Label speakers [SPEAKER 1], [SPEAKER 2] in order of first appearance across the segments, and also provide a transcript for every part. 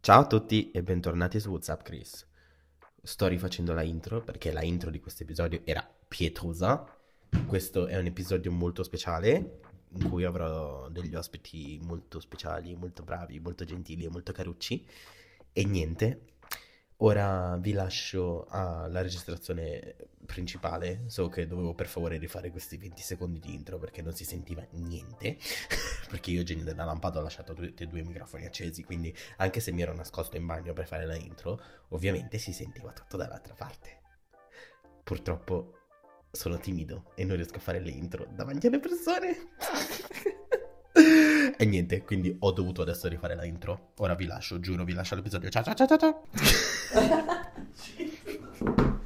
[SPEAKER 1] Ciao a tutti e bentornati su WhatsApp Chris. Sto rifacendo la intro perché la intro di questo episodio era pietosa. Questo è un episodio molto speciale in cui avrò degli ospiti molto speciali, molto bravi, molto gentili e molto carucci. E niente, ora vi lascio alla registrazione principale. So che dovevo per favore rifare questi 20 secondi di intro perché non si sentiva niente. perché io, genio della lampada, ho lasciato tutti e due i microfoni accesi. Quindi, anche se mi ero nascosto in bagno per fare la intro, ovviamente si sentiva tutto dall'altra parte. Purtroppo sono timido e non riesco a fare le intro davanti alle persone. e niente, quindi ho dovuto adesso rifare la intro. Ora vi lascio, giuro, vi lascio l'episodio. Ciao ciao ciao ciao. ciao.
[SPEAKER 2] Non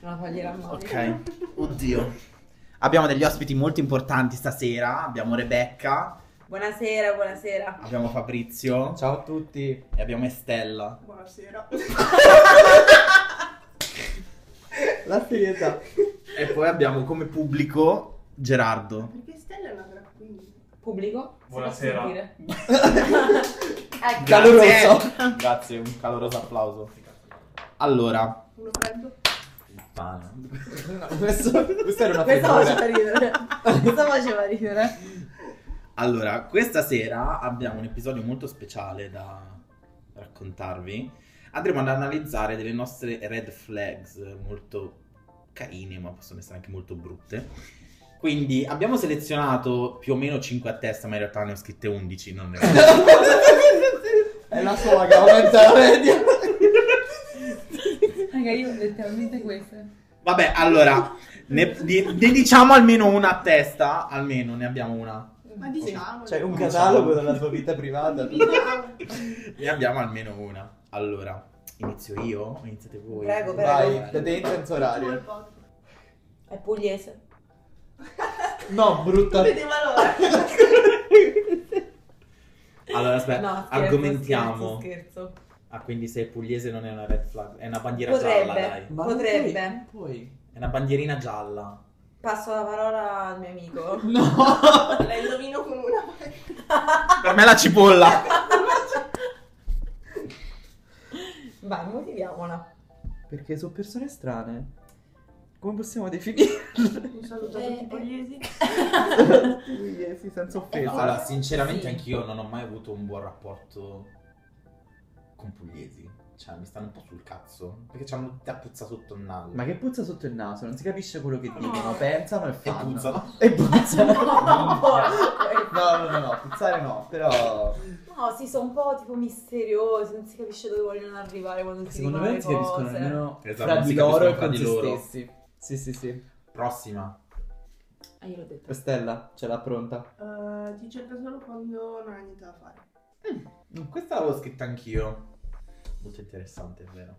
[SPEAKER 2] la toglierà mai.
[SPEAKER 3] Ok, oddio. Abbiamo degli ospiti molto importanti stasera. Abbiamo Rebecca,
[SPEAKER 2] Buonasera, buonasera.
[SPEAKER 3] abbiamo Fabrizio
[SPEAKER 4] Ciao a tutti.
[SPEAKER 3] e abbiamo Estella.
[SPEAKER 2] Buonasera.
[SPEAKER 4] La serietà.
[SPEAKER 3] E poi abbiamo come pubblico Gerardo.
[SPEAKER 2] Perché Stella è una drag Pubblico? si
[SPEAKER 5] Buonasera.
[SPEAKER 2] può sentire?
[SPEAKER 3] Grazie.
[SPEAKER 2] ecco.
[SPEAKER 4] Caloroso.
[SPEAKER 3] Grazie, un caloroso applauso. Allora,
[SPEAKER 2] Uno freddo.
[SPEAKER 4] questo, questa era una
[SPEAKER 2] Questa faceva
[SPEAKER 4] figura.
[SPEAKER 2] ridere. Questa faceva ridere.
[SPEAKER 3] allora, questa sera abbiamo un episodio molto speciale da raccontarvi. Andremo ad analizzare delle nostre red flags molto carine, ma possono essere anche molto brutte. Quindi abbiamo selezionato più o meno 5 a testa, ma in realtà ne ho scritte 11, non ne ho
[SPEAKER 4] È la saga, aumenta la media.
[SPEAKER 2] Raga, io letteralmente questa.
[SPEAKER 3] Vabbè, allora, ne, di- ne diciamo almeno una a testa, almeno ne abbiamo una.
[SPEAKER 6] Ma diciamo.
[SPEAKER 4] C'è Cioè, un catalogo della tua vita privata.
[SPEAKER 3] Ne abbiamo almeno una. Allora, inizio io o iniziate voi?
[SPEAKER 2] Prego, prego.
[SPEAKER 4] Vai, da te in senza orario.
[SPEAKER 2] È pugliese.
[SPEAKER 4] No, brutta.
[SPEAKER 3] Allora, aspetta,
[SPEAKER 2] No, scherzo,
[SPEAKER 3] argomentiamo.
[SPEAKER 2] Scherzo, scherzo.
[SPEAKER 3] Ah, quindi se è pugliese non è una red flag, è una bandiera gialla, dai.
[SPEAKER 2] Potrebbe,
[SPEAKER 4] Ma non
[SPEAKER 2] potrebbe.
[SPEAKER 4] puoi,
[SPEAKER 3] È una bandierina gialla.
[SPEAKER 2] Passo la parola al mio amico.
[SPEAKER 4] non puoi. No.
[SPEAKER 6] La indovino con una.
[SPEAKER 3] Per me è la cipolla.
[SPEAKER 2] Vai, motiviamola.
[SPEAKER 4] Perché sono persone strane. Come possiamo definirle?
[SPEAKER 6] Un saluto a
[SPEAKER 2] Eh,
[SPEAKER 6] tutti i pugliesi.
[SPEAKER 4] Pugliesi, senza
[SPEAKER 3] No,
[SPEAKER 4] offesa.
[SPEAKER 3] allora, sinceramente
[SPEAKER 2] Sì.
[SPEAKER 3] anch'io non ho mai avuto un buon rapporto con pugliesi. Cioè, mi stanno un po' sul cazzo. Perché c'hanno tutta puzza sotto il naso.
[SPEAKER 4] Ma che puzza sotto il naso, non si capisce quello che dicono,
[SPEAKER 6] No.
[SPEAKER 4] pensano e
[SPEAKER 3] E
[SPEAKER 4] fanno.
[SPEAKER 3] puzzano.
[SPEAKER 4] E puzza.
[SPEAKER 2] no,
[SPEAKER 4] No, no, no, no, puzzare no, però...
[SPEAKER 2] si sono un po' tipo misteriosi, non si capisce dove vogliono arrivare quando si
[SPEAKER 4] Secondo
[SPEAKER 2] dicono
[SPEAKER 4] me non
[SPEAKER 2] le
[SPEAKER 4] si capiscono
[SPEAKER 2] cose.
[SPEAKER 4] nemmeno
[SPEAKER 3] Esatto,
[SPEAKER 4] fra
[SPEAKER 3] non si
[SPEAKER 4] di loro e
[SPEAKER 3] capiscono fra
[SPEAKER 4] con
[SPEAKER 3] di
[SPEAKER 4] se
[SPEAKER 3] loro.
[SPEAKER 4] stessi. Sì, sì, sì.
[SPEAKER 3] Prossima.
[SPEAKER 2] Ah, io l'ho detto.
[SPEAKER 4] Stella, ce l'ha pronta.
[SPEAKER 6] Eh, ti cerca solo quando non hai niente da fare.
[SPEAKER 3] Mm, Questa l'avevo scritta anch'io. Molto interessante, è vero.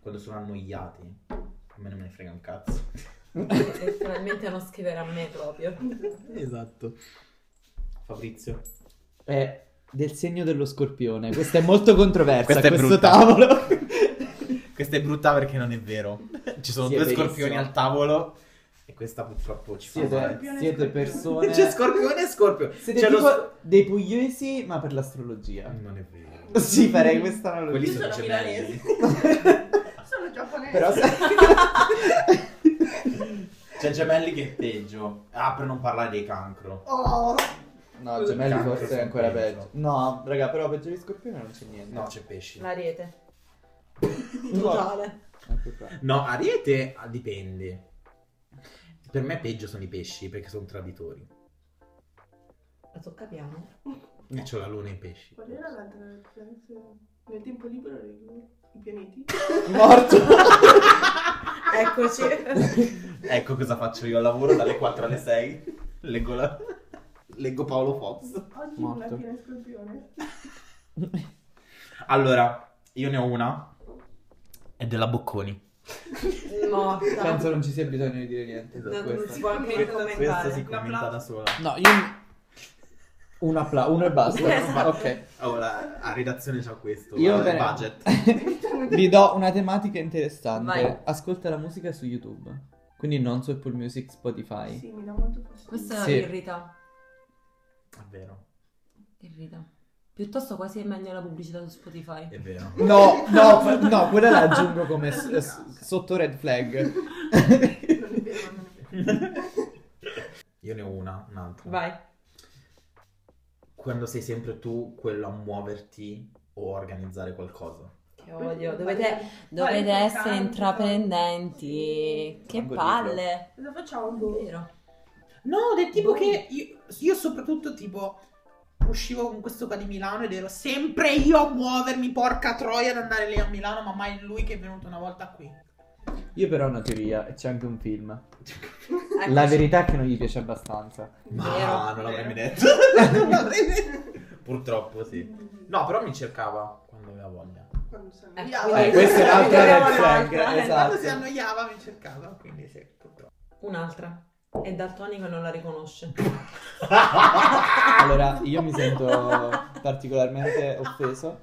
[SPEAKER 3] Quando sono annoiati, a me non me ne frega un cazzo.
[SPEAKER 2] Eh, Finalmente non scrivere a me proprio.
[SPEAKER 3] Esatto. Fabrizio.
[SPEAKER 4] È del segno dello scorpione. Questa è molto controversa,
[SPEAKER 3] Questa è
[SPEAKER 4] questo
[SPEAKER 3] brutta.
[SPEAKER 4] tavolo.
[SPEAKER 3] Questa è brutta perché non è vero. Ci sono
[SPEAKER 4] Sì, è
[SPEAKER 3] due
[SPEAKER 4] verissimo.
[SPEAKER 3] scorpioni al tavolo e questa purtroppo ci fa
[SPEAKER 4] Siete,
[SPEAKER 3] male.
[SPEAKER 6] Scorpione,
[SPEAKER 4] siete
[SPEAKER 6] scorpione.
[SPEAKER 4] persone...
[SPEAKER 3] C'è scorpione e scorpio.
[SPEAKER 4] Siete
[SPEAKER 3] C'è lo
[SPEAKER 4] tipo
[SPEAKER 3] sc- Mm.
[SPEAKER 4] dei pugliesi, ma per l'astrologia.
[SPEAKER 3] Non è vero.
[SPEAKER 4] Sì, farei questa analogia.
[SPEAKER 3] Quelli
[SPEAKER 6] Io
[SPEAKER 3] sono
[SPEAKER 6] sono
[SPEAKER 3] gemelli. Ah.
[SPEAKER 6] Sono giapponese.
[SPEAKER 4] Però se...
[SPEAKER 3] C'è gemelli che è peggio. Ah, per non parlare dei cancro.
[SPEAKER 6] Oh,
[SPEAKER 4] No, gemelli
[SPEAKER 3] Cancro
[SPEAKER 4] forse è ancora
[SPEAKER 3] peggio.
[SPEAKER 4] peggio. No, raga, però peggio di scorpione non c'è niente.
[SPEAKER 3] No, c'è pesci.
[SPEAKER 2] La rete.
[SPEAKER 4] No.
[SPEAKER 2] Totale.
[SPEAKER 4] Ecco qua.
[SPEAKER 3] No, Ariete ah, dipende. Per me peggio sono i pesci perché sono traditori.
[SPEAKER 2] La tocca piano.
[SPEAKER 3] E c'ho la luna e i pesci.
[SPEAKER 6] qual era l'altra referenza? Nel tempo libero regolo i pianeti.
[SPEAKER 4] Morto.
[SPEAKER 2] Eccoci.
[SPEAKER 3] Ecco cosa faccio io al lavoro dalle 4 alle 6. Leggo, la- Leggo Paolo Fox.
[SPEAKER 6] Oggi
[SPEAKER 4] Morto.
[SPEAKER 6] non è piena scorpione.
[SPEAKER 3] Allora, io ne ho una. È della Bocconi.
[SPEAKER 2] Morta.
[SPEAKER 4] Penso non ci sia bisogno di dire niente su
[SPEAKER 2] No, Esatto, non
[SPEAKER 4] questo.
[SPEAKER 2] si può anche commentare.
[SPEAKER 3] Questa si commenta da sola.
[SPEAKER 4] No, io. Un applauso, uno e basta.
[SPEAKER 2] Esatto.
[SPEAKER 4] Ok.
[SPEAKER 3] Oh, la, la redazione c'ha questo.
[SPEAKER 4] Io
[SPEAKER 3] guarda il
[SPEAKER 4] ve ne-
[SPEAKER 3] budget.
[SPEAKER 4] Vi do una tematica interessante.
[SPEAKER 2] Vai.
[SPEAKER 4] Ascolta la musica su YouTube. Quindi non su Apple Music, Spotify.
[SPEAKER 6] Sì, mi dà molto fastidio.
[SPEAKER 2] Questa
[SPEAKER 4] Sì.
[SPEAKER 2] irrita.
[SPEAKER 3] È vero.
[SPEAKER 2] Irrita. Piuttosto quasi è meglio la pubblicità su Spotify.
[SPEAKER 1] È vero.
[SPEAKER 4] No, no, fa- no, quella la aggiungo come s- s- sotto red flag.
[SPEAKER 6] Non è vero, non è vero.
[SPEAKER 3] Io ne ho una, un'altra.
[SPEAKER 2] Vai.
[SPEAKER 3] Quando sei sempre tu quello a muoverti o a organizzare qualcosa.
[SPEAKER 2] Che odio. Dovete, dovete
[SPEAKER 6] Vale,
[SPEAKER 2] essere
[SPEAKER 6] tanto.
[SPEAKER 2] intraprendenti. Che
[SPEAKER 7] Manco
[SPEAKER 2] palle.
[SPEAKER 6] Cosa facciamo? Boh.
[SPEAKER 2] Vero.
[SPEAKER 3] No, del tipo
[SPEAKER 6] Boh.
[SPEAKER 3] che io, io soprattutto tipo uscivo con questo qua di Milano ed ero sempre io a muovermi, porca troia, ad andare lì a Milano, ma mai lui che è venuto una volta qui.
[SPEAKER 4] Io però ho una teoria, e c'è anche un film.
[SPEAKER 2] Ecco, Eccoci.
[SPEAKER 4] La verità è che non gli piace abbastanza.
[SPEAKER 3] Ma
[SPEAKER 2] Vero.
[SPEAKER 3] non
[SPEAKER 6] Vero.
[SPEAKER 3] l'avrei mai detto. Non l'avrei detto. Purtroppo sì. No, però mi cercava quando aveva voglia.
[SPEAKER 6] Quando si
[SPEAKER 2] Eh,
[SPEAKER 6] annoia.
[SPEAKER 2] quindi-
[SPEAKER 4] Eh, questa è un'altra
[SPEAKER 2] Vediamo
[SPEAKER 4] red flag,
[SPEAKER 2] un'altra.
[SPEAKER 4] esatto.
[SPEAKER 3] Quando si annoiava mi cercava, quindi sì, purtroppo.
[SPEAKER 2] Un'altra. È daltonico e non la riconosce.
[SPEAKER 4] Allora, io mi sento particolarmente offeso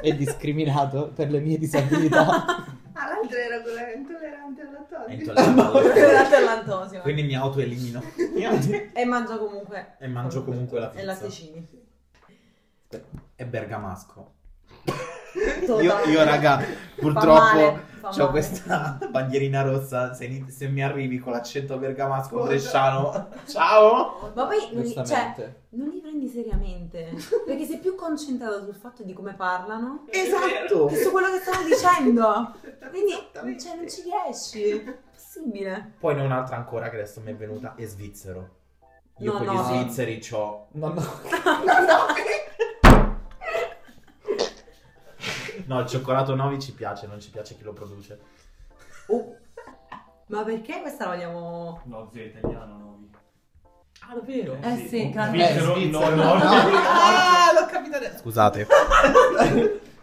[SPEAKER 4] e discriminato per le mie disabilità.
[SPEAKER 6] Ah, l'altra era quella intollerante alla
[SPEAKER 3] È
[SPEAKER 6] tosse.
[SPEAKER 3] intollerabile.
[SPEAKER 2] Tollerante all'antosio.
[SPEAKER 3] Quindi mi autoelimino.
[SPEAKER 2] E mangio comunque.
[SPEAKER 3] E mangio comunque la pizza.
[SPEAKER 2] E latticini.
[SPEAKER 3] È bergamasco. Io,
[SPEAKER 2] Totale.
[SPEAKER 3] io, raga,
[SPEAKER 2] male,
[SPEAKER 3] purtroppo
[SPEAKER 2] fa
[SPEAKER 3] ho
[SPEAKER 2] male.
[SPEAKER 3] questa bandierina rossa. Se, ni- se mi arrivi con l'accento bergamasco bresciano, ciao!
[SPEAKER 2] Ma poi non li, cioè,
[SPEAKER 4] Giustamente.
[SPEAKER 2] non li prendi seriamente. Perché sei più concentrato sul fatto di come parlano
[SPEAKER 3] Esatto!
[SPEAKER 2] che su quello che stanno dicendo. Quindi cioè, non ci riesci. È possibile.
[SPEAKER 3] Poi ne ho un'altra ancora che adesso mi è venuta, è svizzero. Io
[SPEAKER 2] No,
[SPEAKER 3] con
[SPEAKER 2] no.
[SPEAKER 3] gli svizzeri c'ho...
[SPEAKER 4] No, no.
[SPEAKER 3] No, il cioccolato Novi ci piace, non ci piace chi lo produce.
[SPEAKER 2] Ma perché questa la vogliamo.
[SPEAKER 8] No, zio, è italiano, novi.
[SPEAKER 3] Ah, davvero?
[SPEAKER 2] Eh sì, grande.
[SPEAKER 8] Svizzero,
[SPEAKER 4] Eh,
[SPEAKER 8] no,
[SPEAKER 4] Svizzera.
[SPEAKER 8] no, no.
[SPEAKER 3] Ah, l'ho capito adesso!
[SPEAKER 1] Scusate.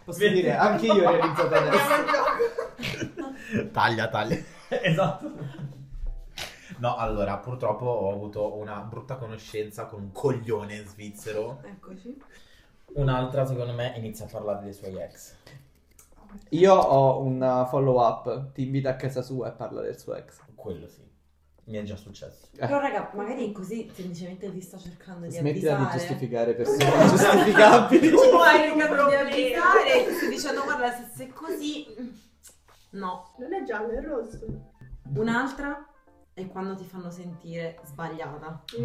[SPEAKER 4] Posso dire, anche io ho realizzato adesso.
[SPEAKER 1] taglia, taglia.
[SPEAKER 8] Esatto.
[SPEAKER 3] No, allora, purtroppo ho avuto una brutta conoscenza con un coglione svizzero.
[SPEAKER 2] Eccoci.
[SPEAKER 3] Un'altra, secondo me, inizia a parlare dei suoi ex.
[SPEAKER 4] Io ho un follow up, ti invita a casa sua e parla del suo ex.
[SPEAKER 3] Quello sì. Mi è già successo.
[SPEAKER 2] Però, raga, magari così semplicemente ti sto cercando di
[SPEAKER 4] Eh. Smettila di
[SPEAKER 2] avvisare.
[SPEAKER 4] giustificare persone ingiustificabili.
[SPEAKER 2] Tu hai
[SPEAKER 6] un
[SPEAKER 2] cercato di
[SPEAKER 6] problema.
[SPEAKER 2] avvisare. Ti sto dicendo, guarda, se, se è così. mm, No.
[SPEAKER 6] Non è giallo, è rosso.
[SPEAKER 2] Un'altra è quando ti fanno sentire sbagliata.
[SPEAKER 3] Vero,
[SPEAKER 4] Eh,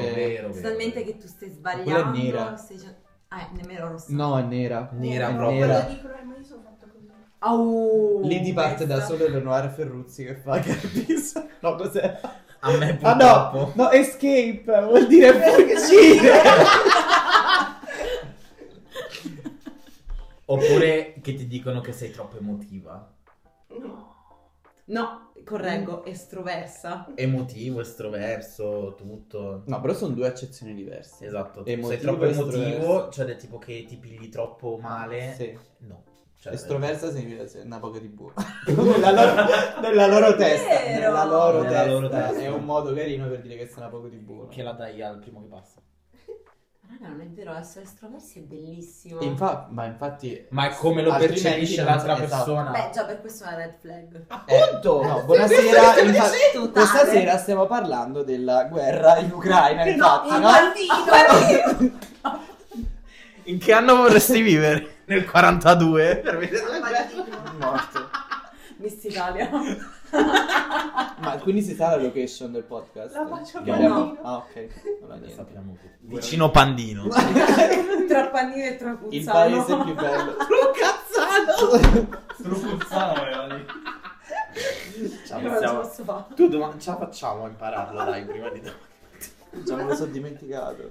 [SPEAKER 3] vero, vero.
[SPEAKER 2] Sostanzialmente che tu stai
[SPEAKER 4] Quella è
[SPEAKER 2] sbagliando.
[SPEAKER 4] nera.
[SPEAKER 2] Stai dicendo- Ah, nemmeno rossa.
[SPEAKER 4] No, è nera.
[SPEAKER 3] Nera
[SPEAKER 4] È
[SPEAKER 3] proprio.
[SPEAKER 4] nera.
[SPEAKER 6] Quello dicono, eh, ma io sono fatta così.
[SPEAKER 2] Au,
[SPEAKER 3] Uh,
[SPEAKER 4] Lì ti parte
[SPEAKER 2] Oh,
[SPEAKER 4] da
[SPEAKER 2] questa.
[SPEAKER 4] solo Eleonora Ferruzzi che fa Garbis. No, cos'è?
[SPEAKER 3] A me
[SPEAKER 4] Ah
[SPEAKER 3] purtroppo.
[SPEAKER 4] no, no, escape vuol dire fuggire.
[SPEAKER 3] Oppure che ti dicono che sei troppo emotiva.
[SPEAKER 6] No.
[SPEAKER 2] No, correggo, estroversa.
[SPEAKER 3] Emotivo, estroverso, tutto.
[SPEAKER 4] No, però sono due accezioni diverse.
[SPEAKER 3] Esatto. sei
[SPEAKER 4] Emotivo,
[SPEAKER 3] troppo emotivo,
[SPEAKER 4] estroverso.
[SPEAKER 3] cioè del tipo che ti pigli troppo male.
[SPEAKER 4] Sì.
[SPEAKER 3] No. Cioè,
[SPEAKER 4] Estroversa significa se- una poca di bue. nella, loro, nella loro testa.
[SPEAKER 2] Vero.
[SPEAKER 4] Nella loro
[SPEAKER 3] Nella
[SPEAKER 4] testa.
[SPEAKER 3] loro testa.
[SPEAKER 4] È un modo carino per dire che sei una poco di bue.
[SPEAKER 3] Che la dai al primo che passa.
[SPEAKER 2] Raga, non è vero, essere estroversi è bellissimo.
[SPEAKER 4] Infa- ma infatti...
[SPEAKER 3] Ma è come lo
[SPEAKER 4] Altrimenti
[SPEAKER 3] percepisce
[SPEAKER 4] non-
[SPEAKER 3] l'altra
[SPEAKER 4] esatto.
[SPEAKER 3] persona.
[SPEAKER 2] Beh, già per questo è una red flag.
[SPEAKER 4] Appunto! Eh, no, buonasera. infa-
[SPEAKER 2] Totale.
[SPEAKER 4] questa sera stiamo parlando della guerra in Ucraina, infatti, Ah, no?
[SPEAKER 1] In che anno vorresti vivere? Nel 42? Per vedere la
[SPEAKER 4] Morto.
[SPEAKER 2] Miss Italia.
[SPEAKER 4] Ma quindi si sa la location del podcast?
[SPEAKER 6] La faccio
[SPEAKER 4] Che
[SPEAKER 6] con
[SPEAKER 4] abbiamo-
[SPEAKER 6] Nino.
[SPEAKER 4] Ah, ok. Non
[SPEAKER 3] Lo
[SPEAKER 4] ha niente.
[SPEAKER 3] sappiamo tutti.
[SPEAKER 1] Vicino Pandino.
[SPEAKER 2] Tra Pannini e tra
[SPEAKER 4] Il
[SPEAKER 2] Cuzzano.
[SPEAKER 4] paese più bello.
[SPEAKER 8] Strucuzzano era lì.
[SPEAKER 3] Ciao,
[SPEAKER 2] Io non ce la
[SPEAKER 3] siamo-
[SPEAKER 2] posso fare.
[SPEAKER 3] Tu domani ce la facciamo a impararla, dai, prima di domani.
[SPEAKER 4] Già me lo sono dimenticato.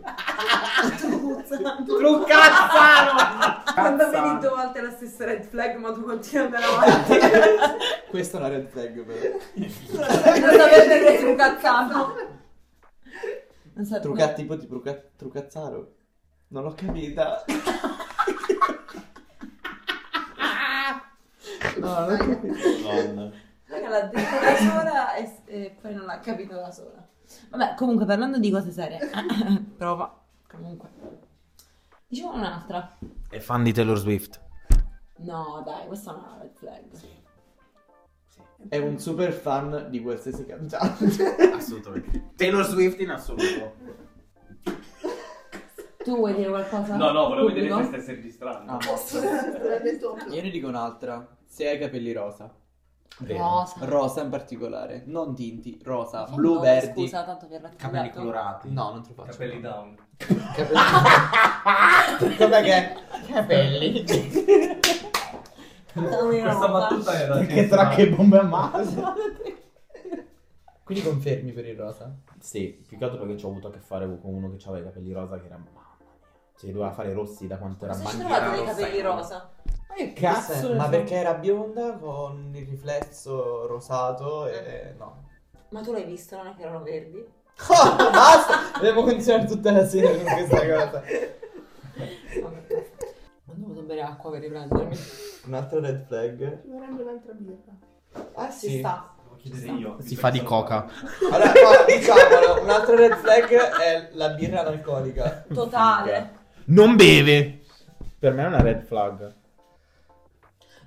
[SPEAKER 2] Cuzzano.
[SPEAKER 3] Truccazzano!
[SPEAKER 2] Quando vedi due volte la stessa red flag, ma tu continui ad andare avanti.
[SPEAKER 4] Questa è una red flag però.
[SPEAKER 2] non sapete che è truccazzano. Non sapete.
[SPEAKER 4] Truca, tipo di truca- trucazzaro. Non l'ho capita. No, non l'ho capita.
[SPEAKER 2] Ah. Raga, l'ha detto da sola e, e poi non l'ha capito da sola. Vabbè, comunque parlando di cose serie, prova. Comunque. Diciamo un'altra.
[SPEAKER 1] È fan di Taylor Swift.
[SPEAKER 2] No, dai, questa è una red flag.
[SPEAKER 4] È un super fan di qualsiasi cantante.
[SPEAKER 1] Assolutamente.
[SPEAKER 3] Taylor Swift in assoluto.
[SPEAKER 2] Tu vuoi dire qualcosa?
[SPEAKER 8] No, no, volevo vedere se
[SPEAKER 2] Pubblico?
[SPEAKER 8] stessi registrando.
[SPEAKER 4] Ah, Io ne dico un'altra. Se hai capelli rosa,
[SPEAKER 3] Vero.
[SPEAKER 2] Rosa.
[SPEAKER 4] rosa in particolare, non tinti, rosa,
[SPEAKER 2] Fai
[SPEAKER 4] blu,
[SPEAKER 2] nome,
[SPEAKER 4] verdi.
[SPEAKER 2] Scusa, tanto vi ho
[SPEAKER 9] Capelli
[SPEAKER 2] raccontato.
[SPEAKER 9] colorati.
[SPEAKER 4] No, non te lo faccio.
[SPEAKER 8] Capelli down.
[SPEAKER 4] Capelli- Com'è che
[SPEAKER 3] Capelli.
[SPEAKER 2] Capelli
[SPEAKER 8] Questa
[SPEAKER 2] rosa.
[SPEAKER 8] battuta era...
[SPEAKER 4] Che tra che bombe a mano. Quindi confermi per il rosa?
[SPEAKER 3] Sì, più che altro perché ci ho avuto a che fare con uno che aveva i capelli rosa che era mamma mia. Cioè, doveva fare rossi da quanto era
[SPEAKER 2] Cosa ci
[SPEAKER 3] bandiera
[SPEAKER 2] trovate dei
[SPEAKER 3] rossa.
[SPEAKER 2] capelli rosa?
[SPEAKER 4] Ma che
[SPEAKER 10] cazzo ne
[SPEAKER 4] Ma
[SPEAKER 10] so?
[SPEAKER 4] perché era bionda con il riflesso rosato e no.
[SPEAKER 2] Ma tu l'hai visto, non è che erano verdi?
[SPEAKER 4] Oh, basta! Devo continuare tutta la sera con questa cosa.
[SPEAKER 2] Vabbè. Non devo bere acqua per riprendermi.
[SPEAKER 4] Un'altra red flag.
[SPEAKER 6] Ci vorrebbe un'altra birra.
[SPEAKER 4] Ah
[SPEAKER 2] Ci sta.
[SPEAKER 8] Devo chiedere io.
[SPEAKER 3] Si
[SPEAKER 8] visto
[SPEAKER 3] fa
[SPEAKER 8] che
[SPEAKER 3] di
[SPEAKER 8] sono-
[SPEAKER 3] coca.
[SPEAKER 4] Allora, no, diciamolo, un'altra red flag è la birra analcolica.
[SPEAKER 2] Totale.
[SPEAKER 3] Non beve. Per me è una red flag.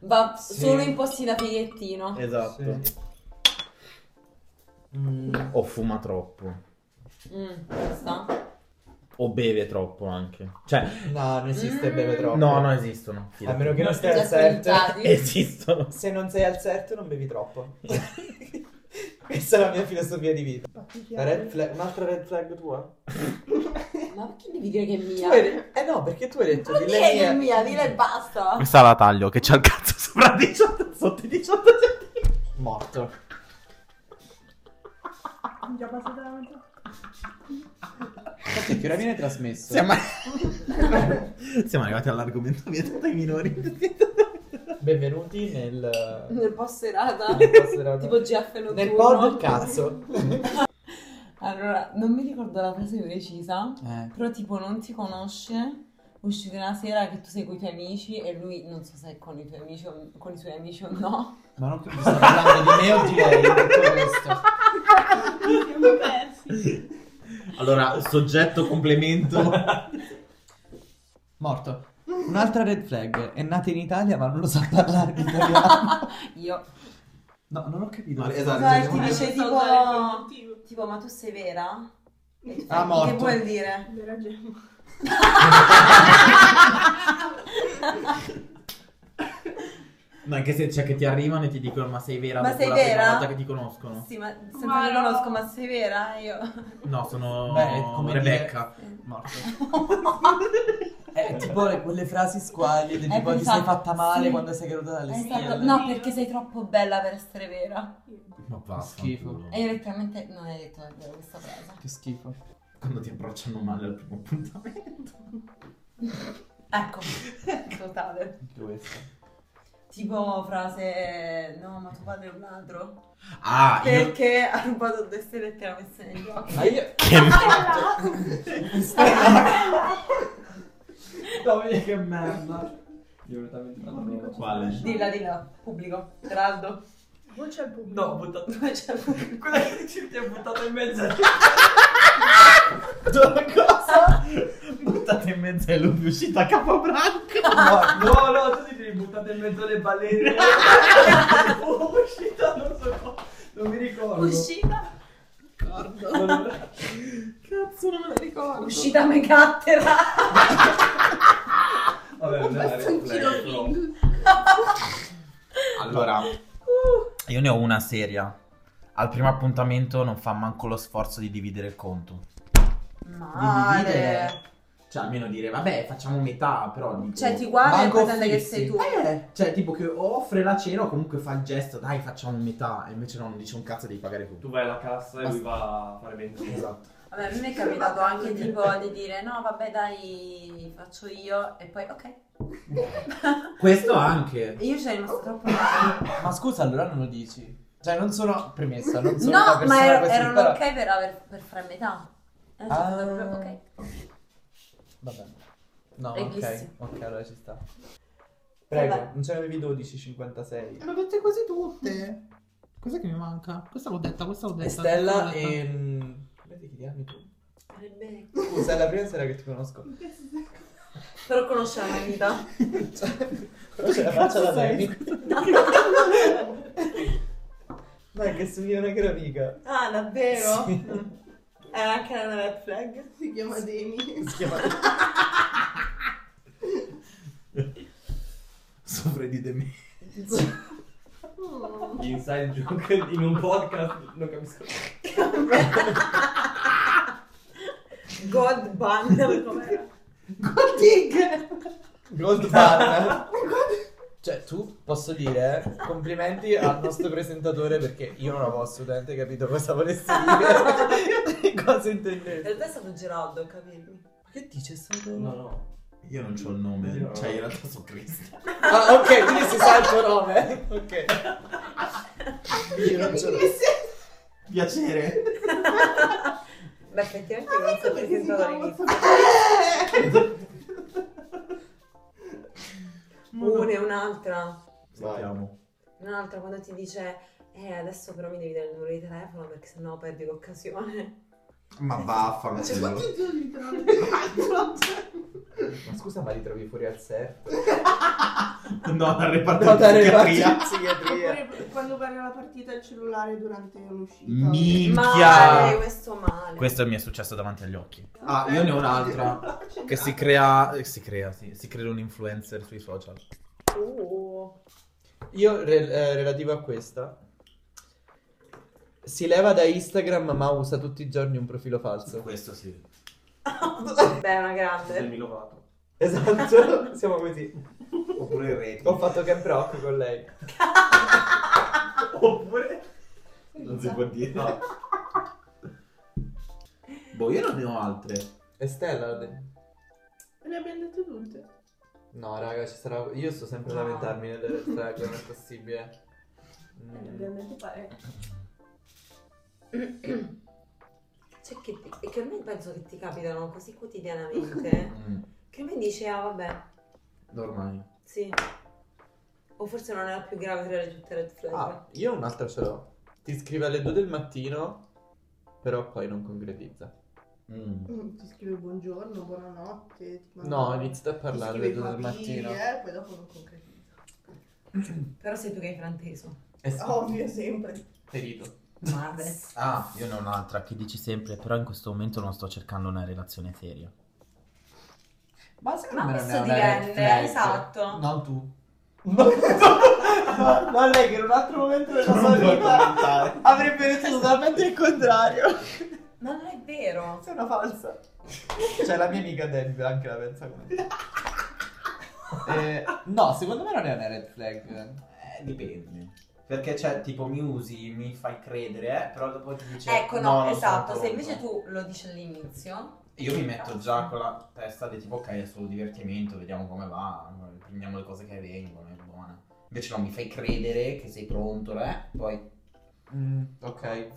[SPEAKER 2] Va
[SPEAKER 4] Sì.
[SPEAKER 2] solo in posti da fighettino.
[SPEAKER 3] Esatto.
[SPEAKER 4] Ah, Sì. Mm,
[SPEAKER 3] O fuma troppo.
[SPEAKER 2] Mm, questa.
[SPEAKER 3] O beve troppo anche. Cioè,
[SPEAKER 4] no, non esiste
[SPEAKER 2] Mm.
[SPEAKER 4] bere troppo.
[SPEAKER 3] no, no, esistono.
[SPEAKER 4] A meno che non stai
[SPEAKER 2] Già
[SPEAKER 4] al set.
[SPEAKER 2] squintati.
[SPEAKER 3] Esistono.
[SPEAKER 4] Se non sei al set non bevi troppo. Questa è la mia filosofia di vita. La red flag- un'altra red flag tua?
[SPEAKER 2] Ma perché devi dire che è
[SPEAKER 4] Tu
[SPEAKER 2] mia?
[SPEAKER 4] Eh. hai- eh no, perché tu hai detto
[SPEAKER 2] Non
[SPEAKER 4] di
[SPEAKER 2] dire
[SPEAKER 4] lei
[SPEAKER 2] che è
[SPEAKER 4] è-
[SPEAKER 2] mia, dile e basta.
[SPEAKER 3] Questa la taglio, che c'ha il cazzo sopra 18, sotto i 18 centimetri.
[SPEAKER 4] morto.
[SPEAKER 6] Già passata la metà.
[SPEAKER 4] Infatti, che ora viene trasmesso?
[SPEAKER 3] Siamo... Siamo arrivati all'argomento vietato ai minori.
[SPEAKER 4] Benvenuti nel...
[SPEAKER 2] Nel post serata.
[SPEAKER 4] nel post-
[SPEAKER 2] tipo GF notturno.
[SPEAKER 4] Nel pod cazzo.
[SPEAKER 2] Allora, non mi ricordo la frase precisa.
[SPEAKER 4] Eh.
[SPEAKER 2] Però tipo non ti conosce, uscite una sera che tu sei con i tuoi amici e lui non so se è con i tuoi amici o con i suoi amici o no.
[SPEAKER 4] Ma non capisco, sto parlando di me o di lei, tutto questo.
[SPEAKER 3] Allora, soggetto, complemento.
[SPEAKER 4] Morto. Un'altra red flag, è nata in Italia ma non lo sa parlare in italiano.
[SPEAKER 2] Io.
[SPEAKER 4] No, non ho capito.
[SPEAKER 9] Ma-
[SPEAKER 2] Dai,
[SPEAKER 9] esatto.
[SPEAKER 2] ti dice
[SPEAKER 6] Non so
[SPEAKER 2] tipo-
[SPEAKER 6] usare il congiuntivo.
[SPEAKER 2] Tipo, ma tu sei vera? E tu
[SPEAKER 4] Ah,
[SPEAKER 2] fai,
[SPEAKER 4] morto.
[SPEAKER 2] Che vuol dire?
[SPEAKER 6] Vera gemma.
[SPEAKER 3] Ma anche se c'è che ti arrivano e ti dicono ma sei vera
[SPEAKER 2] Ma
[SPEAKER 3] dopo
[SPEAKER 2] sei
[SPEAKER 3] la
[SPEAKER 2] vera?"
[SPEAKER 3] prima volta che ti conoscono.
[SPEAKER 2] Sì, ma senza
[SPEAKER 6] Ma
[SPEAKER 2] che
[SPEAKER 6] no.
[SPEAKER 2] conosco, ma sei vera? Io.
[SPEAKER 3] No, sono
[SPEAKER 4] Beh, come
[SPEAKER 3] Rebecca.
[SPEAKER 4] Morto. È Eh, tipo le- quelle frasi squali del
[SPEAKER 2] Eh,
[SPEAKER 4] tipo ti
[SPEAKER 2] pensavo-
[SPEAKER 4] sei fatta male
[SPEAKER 2] sì.
[SPEAKER 4] quando sei caduta dalle
[SPEAKER 2] Esatto.
[SPEAKER 4] scale.
[SPEAKER 2] No, perché sei troppo bella per essere vera.
[SPEAKER 3] Ma
[SPEAKER 4] Schifo.
[SPEAKER 3] vaffanculo.
[SPEAKER 2] E io letteralmente non hai detto davvero questa frase.
[SPEAKER 4] Che schifo.
[SPEAKER 3] Quando ti abbracciano male al primo appuntamento.
[SPEAKER 2] Ecco, totale.
[SPEAKER 4] Anche questo.
[SPEAKER 2] Tipo frase, no, ma tuo padre è un ladro.
[SPEAKER 3] Ah, io...
[SPEAKER 2] Perché ha rubato due stelle e te l'ha messa negli occhi.
[SPEAKER 4] Ma io...
[SPEAKER 8] Davide, che merda. Io veramente non lo
[SPEAKER 3] Quale?
[SPEAKER 2] Dilla, dilla, pubblico. Geraldo.
[SPEAKER 6] Voce al pubblico.
[SPEAKER 8] No, ho buttato...
[SPEAKER 2] Dove c'è il pubblico?
[SPEAKER 8] Quella che ci ti ha buttato in mezzo.
[SPEAKER 3] Cioè, Cosa? Buttata in mezzo e lui è uscita a capobranco.
[SPEAKER 8] No, no, tu ti devi buttare in mezzo alle balene. oh, uscita, non so co- Non mi ricordo.
[SPEAKER 2] Uscita.
[SPEAKER 8] Non-
[SPEAKER 3] Cazzo, non me la ricordo.
[SPEAKER 2] Uscita me cattera.
[SPEAKER 8] Vabbè, non è
[SPEAKER 6] Bastoncino
[SPEAKER 8] riflesso.
[SPEAKER 3] Allora,
[SPEAKER 2] Uh.
[SPEAKER 3] io ne ho una seria. Al primo appuntamento non fa manco lo sforzo di dividere il conto.
[SPEAKER 2] Male.
[SPEAKER 3] Cioè, almeno dire, vabbè, facciamo metà, però dico...
[SPEAKER 2] Cioè, ti guarda e
[SPEAKER 3] Manco
[SPEAKER 2] pretende che
[SPEAKER 3] fissi.
[SPEAKER 2] sei tu.
[SPEAKER 3] Eh, cioè, tipo che o offre la cena o comunque fa il gesto, dai, facciamo metà. E invece no, non dice un cazzo, devi pagare tu.
[SPEAKER 8] Tu vai alla cassa e lui va a fare benzina.
[SPEAKER 3] Esatto.
[SPEAKER 2] Vabbè, a me mi è capitato anche tipo di dire no, vabbè, dai, faccio io e poi ok.
[SPEAKER 3] Questo anche.
[SPEAKER 2] Io ci sono rimasta troppo male.
[SPEAKER 4] Ma scusa, allora non lo dici? Cioè, non sono... Premessa, non sono una
[SPEAKER 2] No,
[SPEAKER 4] persona
[SPEAKER 2] ma er- ero,
[SPEAKER 4] così,
[SPEAKER 2] era un
[SPEAKER 4] però-
[SPEAKER 2] ok per, aver, per fare metà. Eh,
[SPEAKER 4] Ah.
[SPEAKER 2] cioè, proprio ok.
[SPEAKER 4] Vabbè. No, ok,
[SPEAKER 2] Reghissimo.
[SPEAKER 4] ok, allora ci sta.
[SPEAKER 2] Prego,
[SPEAKER 4] non ce ne avevi 12, 56.
[SPEAKER 3] Eh, Le avete quasi tutte. Cos'è che mi manca? Questa l'ho detta, questa l'ho detta.
[SPEAKER 4] E Stella e... Come ti chiami tu?
[SPEAKER 2] Rebecca.
[SPEAKER 4] Scusa, è la prima sera che ti conosco.
[SPEAKER 2] Però conosce la mia vita.
[SPEAKER 4] Però c'è la faccia da Demi. Dai, che somigliano anche una mica.
[SPEAKER 2] Ah, davvero?
[SPEAKER 4] Sì.
[SPEAKER 2] È anche una red flag.
[SPEAKER 6] Si chiama Demi.
[SPEAKER 3] Si chiama... Soffre di demenza.
[SPEAKER 6] Mm.
[SPEAKER 8] Gli inside joke in un podcast non capisco.
[SPEAKER 2] God bundle com'era? Godig!
[SPEAKER 4] Gold bar. Cioè, tu posso dire complimenti al nostro presentatore perché io non avevo assolutamente capito cosa volessi dire. cosa
[SPEAKER 2] In
[SPEAKER 4] intendessi.
[SPEAKER 2] realtà è stato Geraldo, capirmi.
[SPEAKER 4] Ma che dice? È stato...
[SPEAKER 8] No, no.
[SPEAKER 3] Io non c'ho il nome, cioè in realtà sono Cristo.
[SPEAKER 4] Ah, ok, quindi si sa il tuo nome. Ok. Io non ce l'ho.
[SPEAKER 3] Piacere.
[SPEAKER 2] Beh, effettivamente non so
[SPEAKER 6] Ecco perché
[SPEAKER 2] perché
[SPEAKER 6] si
[SPEAKER 2] sono
[SPEAKER 6] chiama
[SPEAKER 2] all'inizio.
[SPEAKER 3] Uno.
[SPEAKER 2] Una e un'altra.
[SPEAKER 3] Sentiamo.
[SPEAKER 2] Un'altra quando ti dice... Eh, adesso però mi devi dare il numero di telefono perché sennò perdi l'occasione.
[SPEAKER 3] Ma vaffanculo.
[SPEAKER 6] Cioè, quanti giorni te l'hanno
[SPEAKER 4] Ma scusa, ma li trovi fuori al set?
[SPEAKER 3] No, dal reparto
[SPEAKER 4] No,
[SPEAKER 3] di
[SPEAKER 4] dai,
[SPEAKER 3] psichiatria.
[SPEAKER 4] ragazzi, psichiatria.
[SPEAKER 6] Oppure quando parla la partita il cellulare durante un'uscita.
[SPEAKER 2] Male,
[SPEAKER 3] Minchia.
[SPEAKER 2] questo male.
[SPEAKER 3] Questo mi è successo davanti agli occhi. Ah, io ne ho un'altra. Che si
[SPEAKER 6] si
[SPEAKER 3] crea. eh, Si crea, sì. Si crea un influencer sui social.
[SPEAKER 2] Oh.
[SPEAKER 4] Io, re- eh, relativo a questa, si leva da Instagram ma usa tutti i giorni un profilo falso.
[SPEAKER 3] Questo sì.
[SPEAKER 2] Beh, è una grande.
[SPEAKER 8] Demi Lovato.
[SPEAKER 4] Esatto, siamo così.
[SPEAKER 3] Oppure il rete.
[SPEAKER 4] Ho fatto camp rock con lei.
[SPEAKER 8] Oppure...
[SPEAKER 3] Non si può dire. No. boh, io non ne ho altre.
[SPEAKER 4] E Stella l'ha detto.
[SPEAKER 6] Le abbiamo dette tutte.
[SPEAKER 4] No, raga, ci sarà... Io sto sempre a
[SPEAKER 2] No.
[SPEAKER 4] lamentarmi nelle red flag, non è possibile.
[SPEAKER 6] Eh,
[SPEAKER 4] Mm.
[SPEAKER 6] Le abbiamo dette parecchie.
[SPEAKER 2] Cioè, che, ti- e che a me penso che ti capitano così quotidianamente
[SPEAKER 3] Mm,
[SPEAKER 2] che a me dici, ah vabbè,
[SPEAKER 3] ormai.
[SPEAKER 2] sì. O forse non è la più grave tra le tutte le red flag.
[SPEAKER 4] Ah, io un'altra ce l'ho. Ti scrive alle 2 del mattino, però poi non concretizza.
[SPEAKER 3] Mm.
[SPEAKER 6] Mm, Ti scrive buongiorno, buonanotte. ti manda-
[SPEAKER 4] No, iniziate a parlare
[SPEAKER 6] Ti
[SPEAKER 4] alle
[SPEAKER 6] scrive
[SPEAKER 4] 2 del
[SPEAKER 6] papiri,
[SPEAKER 4] mattino.
[SPEAKER 6] Eh, poi dopo non concretizza.
[SPEAKER 2] Però sei tu che hai frainteso.
[SPEAKER 4] È sì,
[SPEAKER 6] Ovvio, sempre.
[SPEAKER 4] ferito.
[SPEAKER 2] Madre.
[SPEAKER 3] Ah, io ne ho un'altra che dici sempre, però in questo momento non sto cercando una relazione seria.
[SPEAKER 4] Ma secondo
[SPEAKER 2] Ma
[SPEAKER 4] me non è
[SPEAKER 2] questo
[SPEAKER 4] una red
[SPEAKER 2] dipende,
[SPEAKER 4] flag.
[SPEAKER 2] esatto.
[SPEAKER 4] eh, cioè, Non tu. No, no, lei che in un altro momento della sua vita
[SPEAKER 3] commentare.
[SPEAKER 4] avrebbe detto totalmente il contrario.
[SPEAKER 2] Ma non è vero.
[SPEAKER 4] Sei una falsa. Cioè, la mia amica Debbie anche la pensa come te. Eh, no, secondo me non è una red flag.
[SPEAKER 3] Eh, dipende. Perché cioè, tipo, mi usi, mi fai credere, eh, però dopo ti
[SPEAKER 4] Certo,
[SPEAKER 3] dice
[SPEAKER 2] ecco, no,
[SPEAKER 3] non sono
[SPEAKER 2] esatto. Se
[SPEAKER 3] pronto".
[SPEAKER 2] invece tu lo dici all'inizio,
[SPEAKER 3] Io mi metto già con la testa di tipo, ok, è solo divertimento, vediamo come va, prendiamo le cose che vengono, è buona. Invece no, mi fai credere che sei pronto, eh, poi...
[SPEAKER 4] Mm, ok,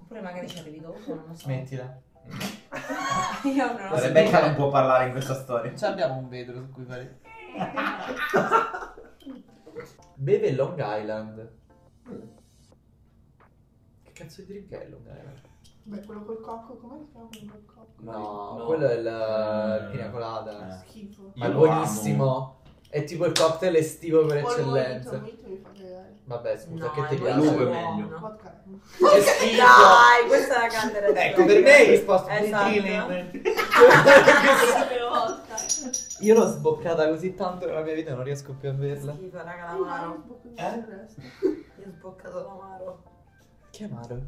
[SPEAKER 2] oppure magari ci arrivi dopo, non lo so.
[SPEAKER 4] smettila.
[SPEAKER 2] Io non lo so.
[SPEAKER 3] Rebecca non può parlare in questa storia.
[SPEAKER 4] Ci abbiamo un vetro su cui fare. Beve Long Island. Che cazzo di drink è Long Island?
[SPEAKER 6] Beh, quello col cocco, come si chiama quello col cocco?
[SPEAKER 4] No,
[SPEAKER 8] No.
[SPEAKER 4] quello è la
[SPEAKER 3] Mm.
[SPEAKER 4] il pina colada.
[SPEAKER 3] Eh.
[SPEAKER 6] Schifo.
[SPEAKER 4] Ma è
[SPEAKER 3] Io lo
[SPEAKER 4] buonissimo. È tipo il cocktail estivo per
[SPEAKER 6] Poi il mojito, il
[SPEAKER 4] eccellenza.
[SPEAKER 6] mojito mi fa cagare.
[SPEAKER 4] Vabbè, scusa,
[SPEAKER 2] No,
[SPEAKER 4] che ti
[SPEAKER 2] è
[SPEAKER 4] piace?
[SPEAKER 3] Lupo è
[SPEAKER 2] buono.
[SPEAKER 3] meglio.
[SPEAKER 6] Vodka.
[SPEAKER 4] Che schifo!
[SPEAKER 2] Dai, questa è la grande red flag.
[SPEAKER 4] Ecco, per me hai risposto
[SPEAKER 2] Esatto.
[SPEAKER 4] Io l'ho sboccata così tanto nella mia vita, non riesco più a vederla.
[SPEAKER 2] Schifo, raga,
[SPEAKER 6] Ah, ma
[SPEAKER 2] l'amaro.
[SPEAKER 6] non può
[SPEAKER 4] Eh?
[SPEAKER 6] così il resto.
[SPEAKER 2] Io ho sboccato l'amaro.
[SPEAKER 4] Che amaro.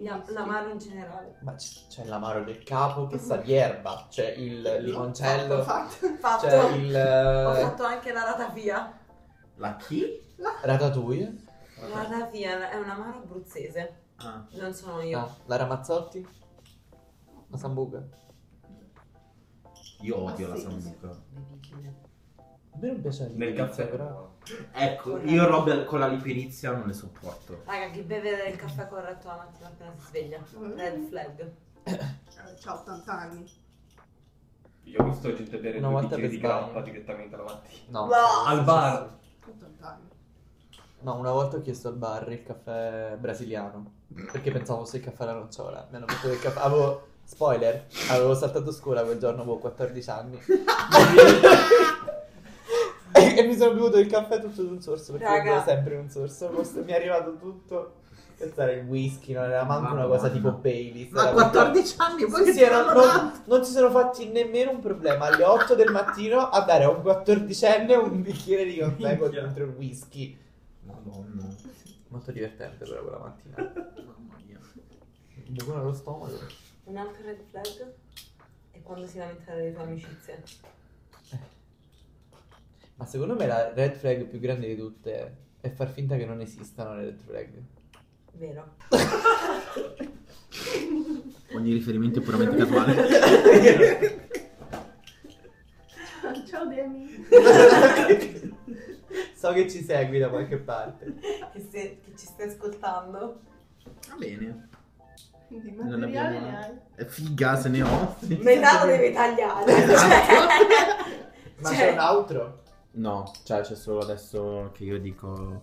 [SPEAKER 2] La- L'amaro in generale.
[SPEAKER 4] Ma c- c'è l'amaro del capo che sa di erba, c'è il
[SPEAKER 6] L'ho
[SPEAKER 4] limoncello,
[SPEAKER 6] fatto.
[SPEAKER 2] Fatto.
[SPEAKER 4] c'è Cioè, il
[SPEAKER 2] Ho
[SPEAKER 4] eh,
[SPEAKER 2] fatto anche la ratafia.
[SPEAKER 3] La chi?
[SPEAKER 4] ratatouille,
[SPEAKER 2] La ratafia è un amaro abruzzese.
[SPEAKER 3] Ah.
[SPEAKER 2] Non sono io.
[SPEAKER 4] ah, la ramazzotti, la sambuca.
[SPEAKER 3] Io odio
[SPEAKER 6] Ah,
[SPEAKER 3] la
[SPEAKER 6] sì.
[SPEAKER 3] sambuca.
[SPEAKER 4] A me non piace la
[SPEAKER 3] Nel
[SPEAKER 4] pizza,
[SPEAKER 3] caffè.
[SPEAKER 4] però.
[SPEAKER 3] Ecco, io robe con la lipirizia non le sopporto.
[SPEAKER 2] Raga, chi beve il caffè corretto la mattina appena si sveglia. Red flag.
[SPEAKER 6] Eh, C'ha 80 anni.
[SPEAKER 8] eh.
[SPEAKER 11] Io ho visto gente bere
[SPEAKER 4] Una
[SPEAKER 11] due
[SPEAKER 4] volta
[SPEAKER 11] bicchieri
[SPEAKER 4] per
[SPEAKER 11] di grappa
[SPEAKER 4] sbaglio.
[SPEAKER 11] direttamente la mattina.
[SPEAKER 4] No,
[SPEAKER 2] No,
[SPEAKER 4] Sì,
[SPEAKER 11] al
[SPEAKER 4] sì,
[SPEAKER 11] bar.
[SPEAKER 4] sì.
[SPEAKER 6] 80 anni.
[SPEAKER 4] No, una volta ho chiesto al bar il caffè brasiliano perché pensavo fosse il caffè alla nocciola. Mi hanno messo il caffè. Avevo. Spoiler, avevo saltato scuola quel giorno, avevo 14 anni. e, e mi sono bevuto il caffè tutto d'un sorso perché
[SPEAKER 2] Raga.
[SPEAKER 4] bevo sempre un sorso. questo mi è arrivato tutto. Questo era il whisky, non era manco una cosa tipo Baileys.
[SPEAKER 12] Ma
[SPEAKER 4] era
[SPEAKER 12] a 14 anni poi
[SPEAKER 4] proprio- Sì,
[SPEAKER 12] che
[SPEAKER 4] sì, era-
[SPEAKER 12] stanno là?
[SPEAKER 4] non, non si sono fatti nemmeno un problema alle 8 del mattino a dare a un 14enne un bicchiere di caffè con
[SPEAKER 8] Minchia.
[SPEAKER 4] dentro il whisky. Madonna. Molto divertente però quella mattina.
[SPEAKER 8] Mamma mia.
[SPEAKER 4] Mi buona lo stomaco.
[SPEAKER 2] Un altro red flag è quando si lamentano le tue amicizie.
[SPEAKER 4] Ma secondo me la red flag più grande di tutte è far finta che non esistano le red flag.
[SPEAKER 2] Vero?
[SPEAKER 1] Ogni riferimento è puramente casuale.
[SPEAKER 6] Ciao Demi.
[SPEAKER 4] so che ci segui da qualche parte.
[SPEAKER 2] Che, se, che ci stai ascoltando.
[SPEAKER 1] Va bene.
[SPEAKER 6] Di
[SPEAKER 1] Non
[SPEAKER 6] materiale ne hai.
[SPEAKER 1] abbiamo... Eh, Figa, se ne ho.
[SPEAKER 2] Metà lo devi tagliare. Cioè,
[SPEAKER 4] Ma
[SPEAKER 2] Cioè-
[SPEAKER 4] c'è un outro?
[SPEAKER 1] No, cioè c'è solo adesso che io dico...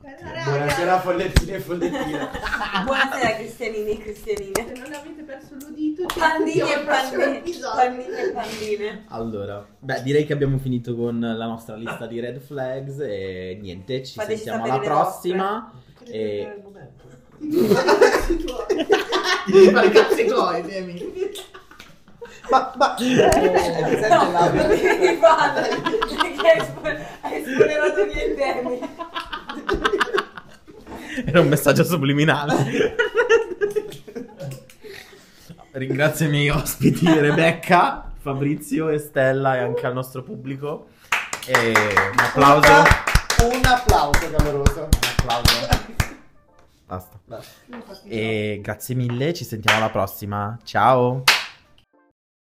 [SPEAKER 6] Bella raga.
[SPEAKER 4] Buonasera follettine e follettine.
[SPEAKER 2] cioè. Buonasera cristianini e cristianine.
[SPEAKER 6] Se non avete perso l'udito, ci
[SPEAKER 2] Pandini
[SPEAKER 6] sentiamo
[SPEAKER 2] e
[SPEAKER 6] al prossimo
[SPEAKER 2] pandine.
[SPEAKER 6] episodio.
[SPEAKER 2] Pandine e pandine.
[SPEAKER 1] Allora, beh, direi che abbiamo finito con la nostra lista di red flags e niente, ci
[SPEAKER 2] Fateci
[SPEAKER 1] sentiamo alla
[SPEAKER 2] sapere le
[SPEAKER 1] prossima. E...
[SPEAKER 4] i cazzi tuoi, Ma, ma... Hai presente
[SPEAKER 2] No,
[SPEAKER 4] la-
[SPEAKER 2] non devi farlo. Perché hai spo- hai spoilerato i miei temi.
[SPEAKER 13] Era un messaggio subliminale.
[SPEAKER 1] Ringrazio i miei ospiti Rebecca, Fabrizio e Stella e anche al nostro pubblico. E un applauso.
[SPEAKER 4] Un applauso caloroso.
[SPEAKER 1] Basta.
[SPEAKER 4] Basta.
[SPEAKER 6] Infatti,
[SPEAKER 1] E grazie mille, ci sentiamo alla prossima. Ciao.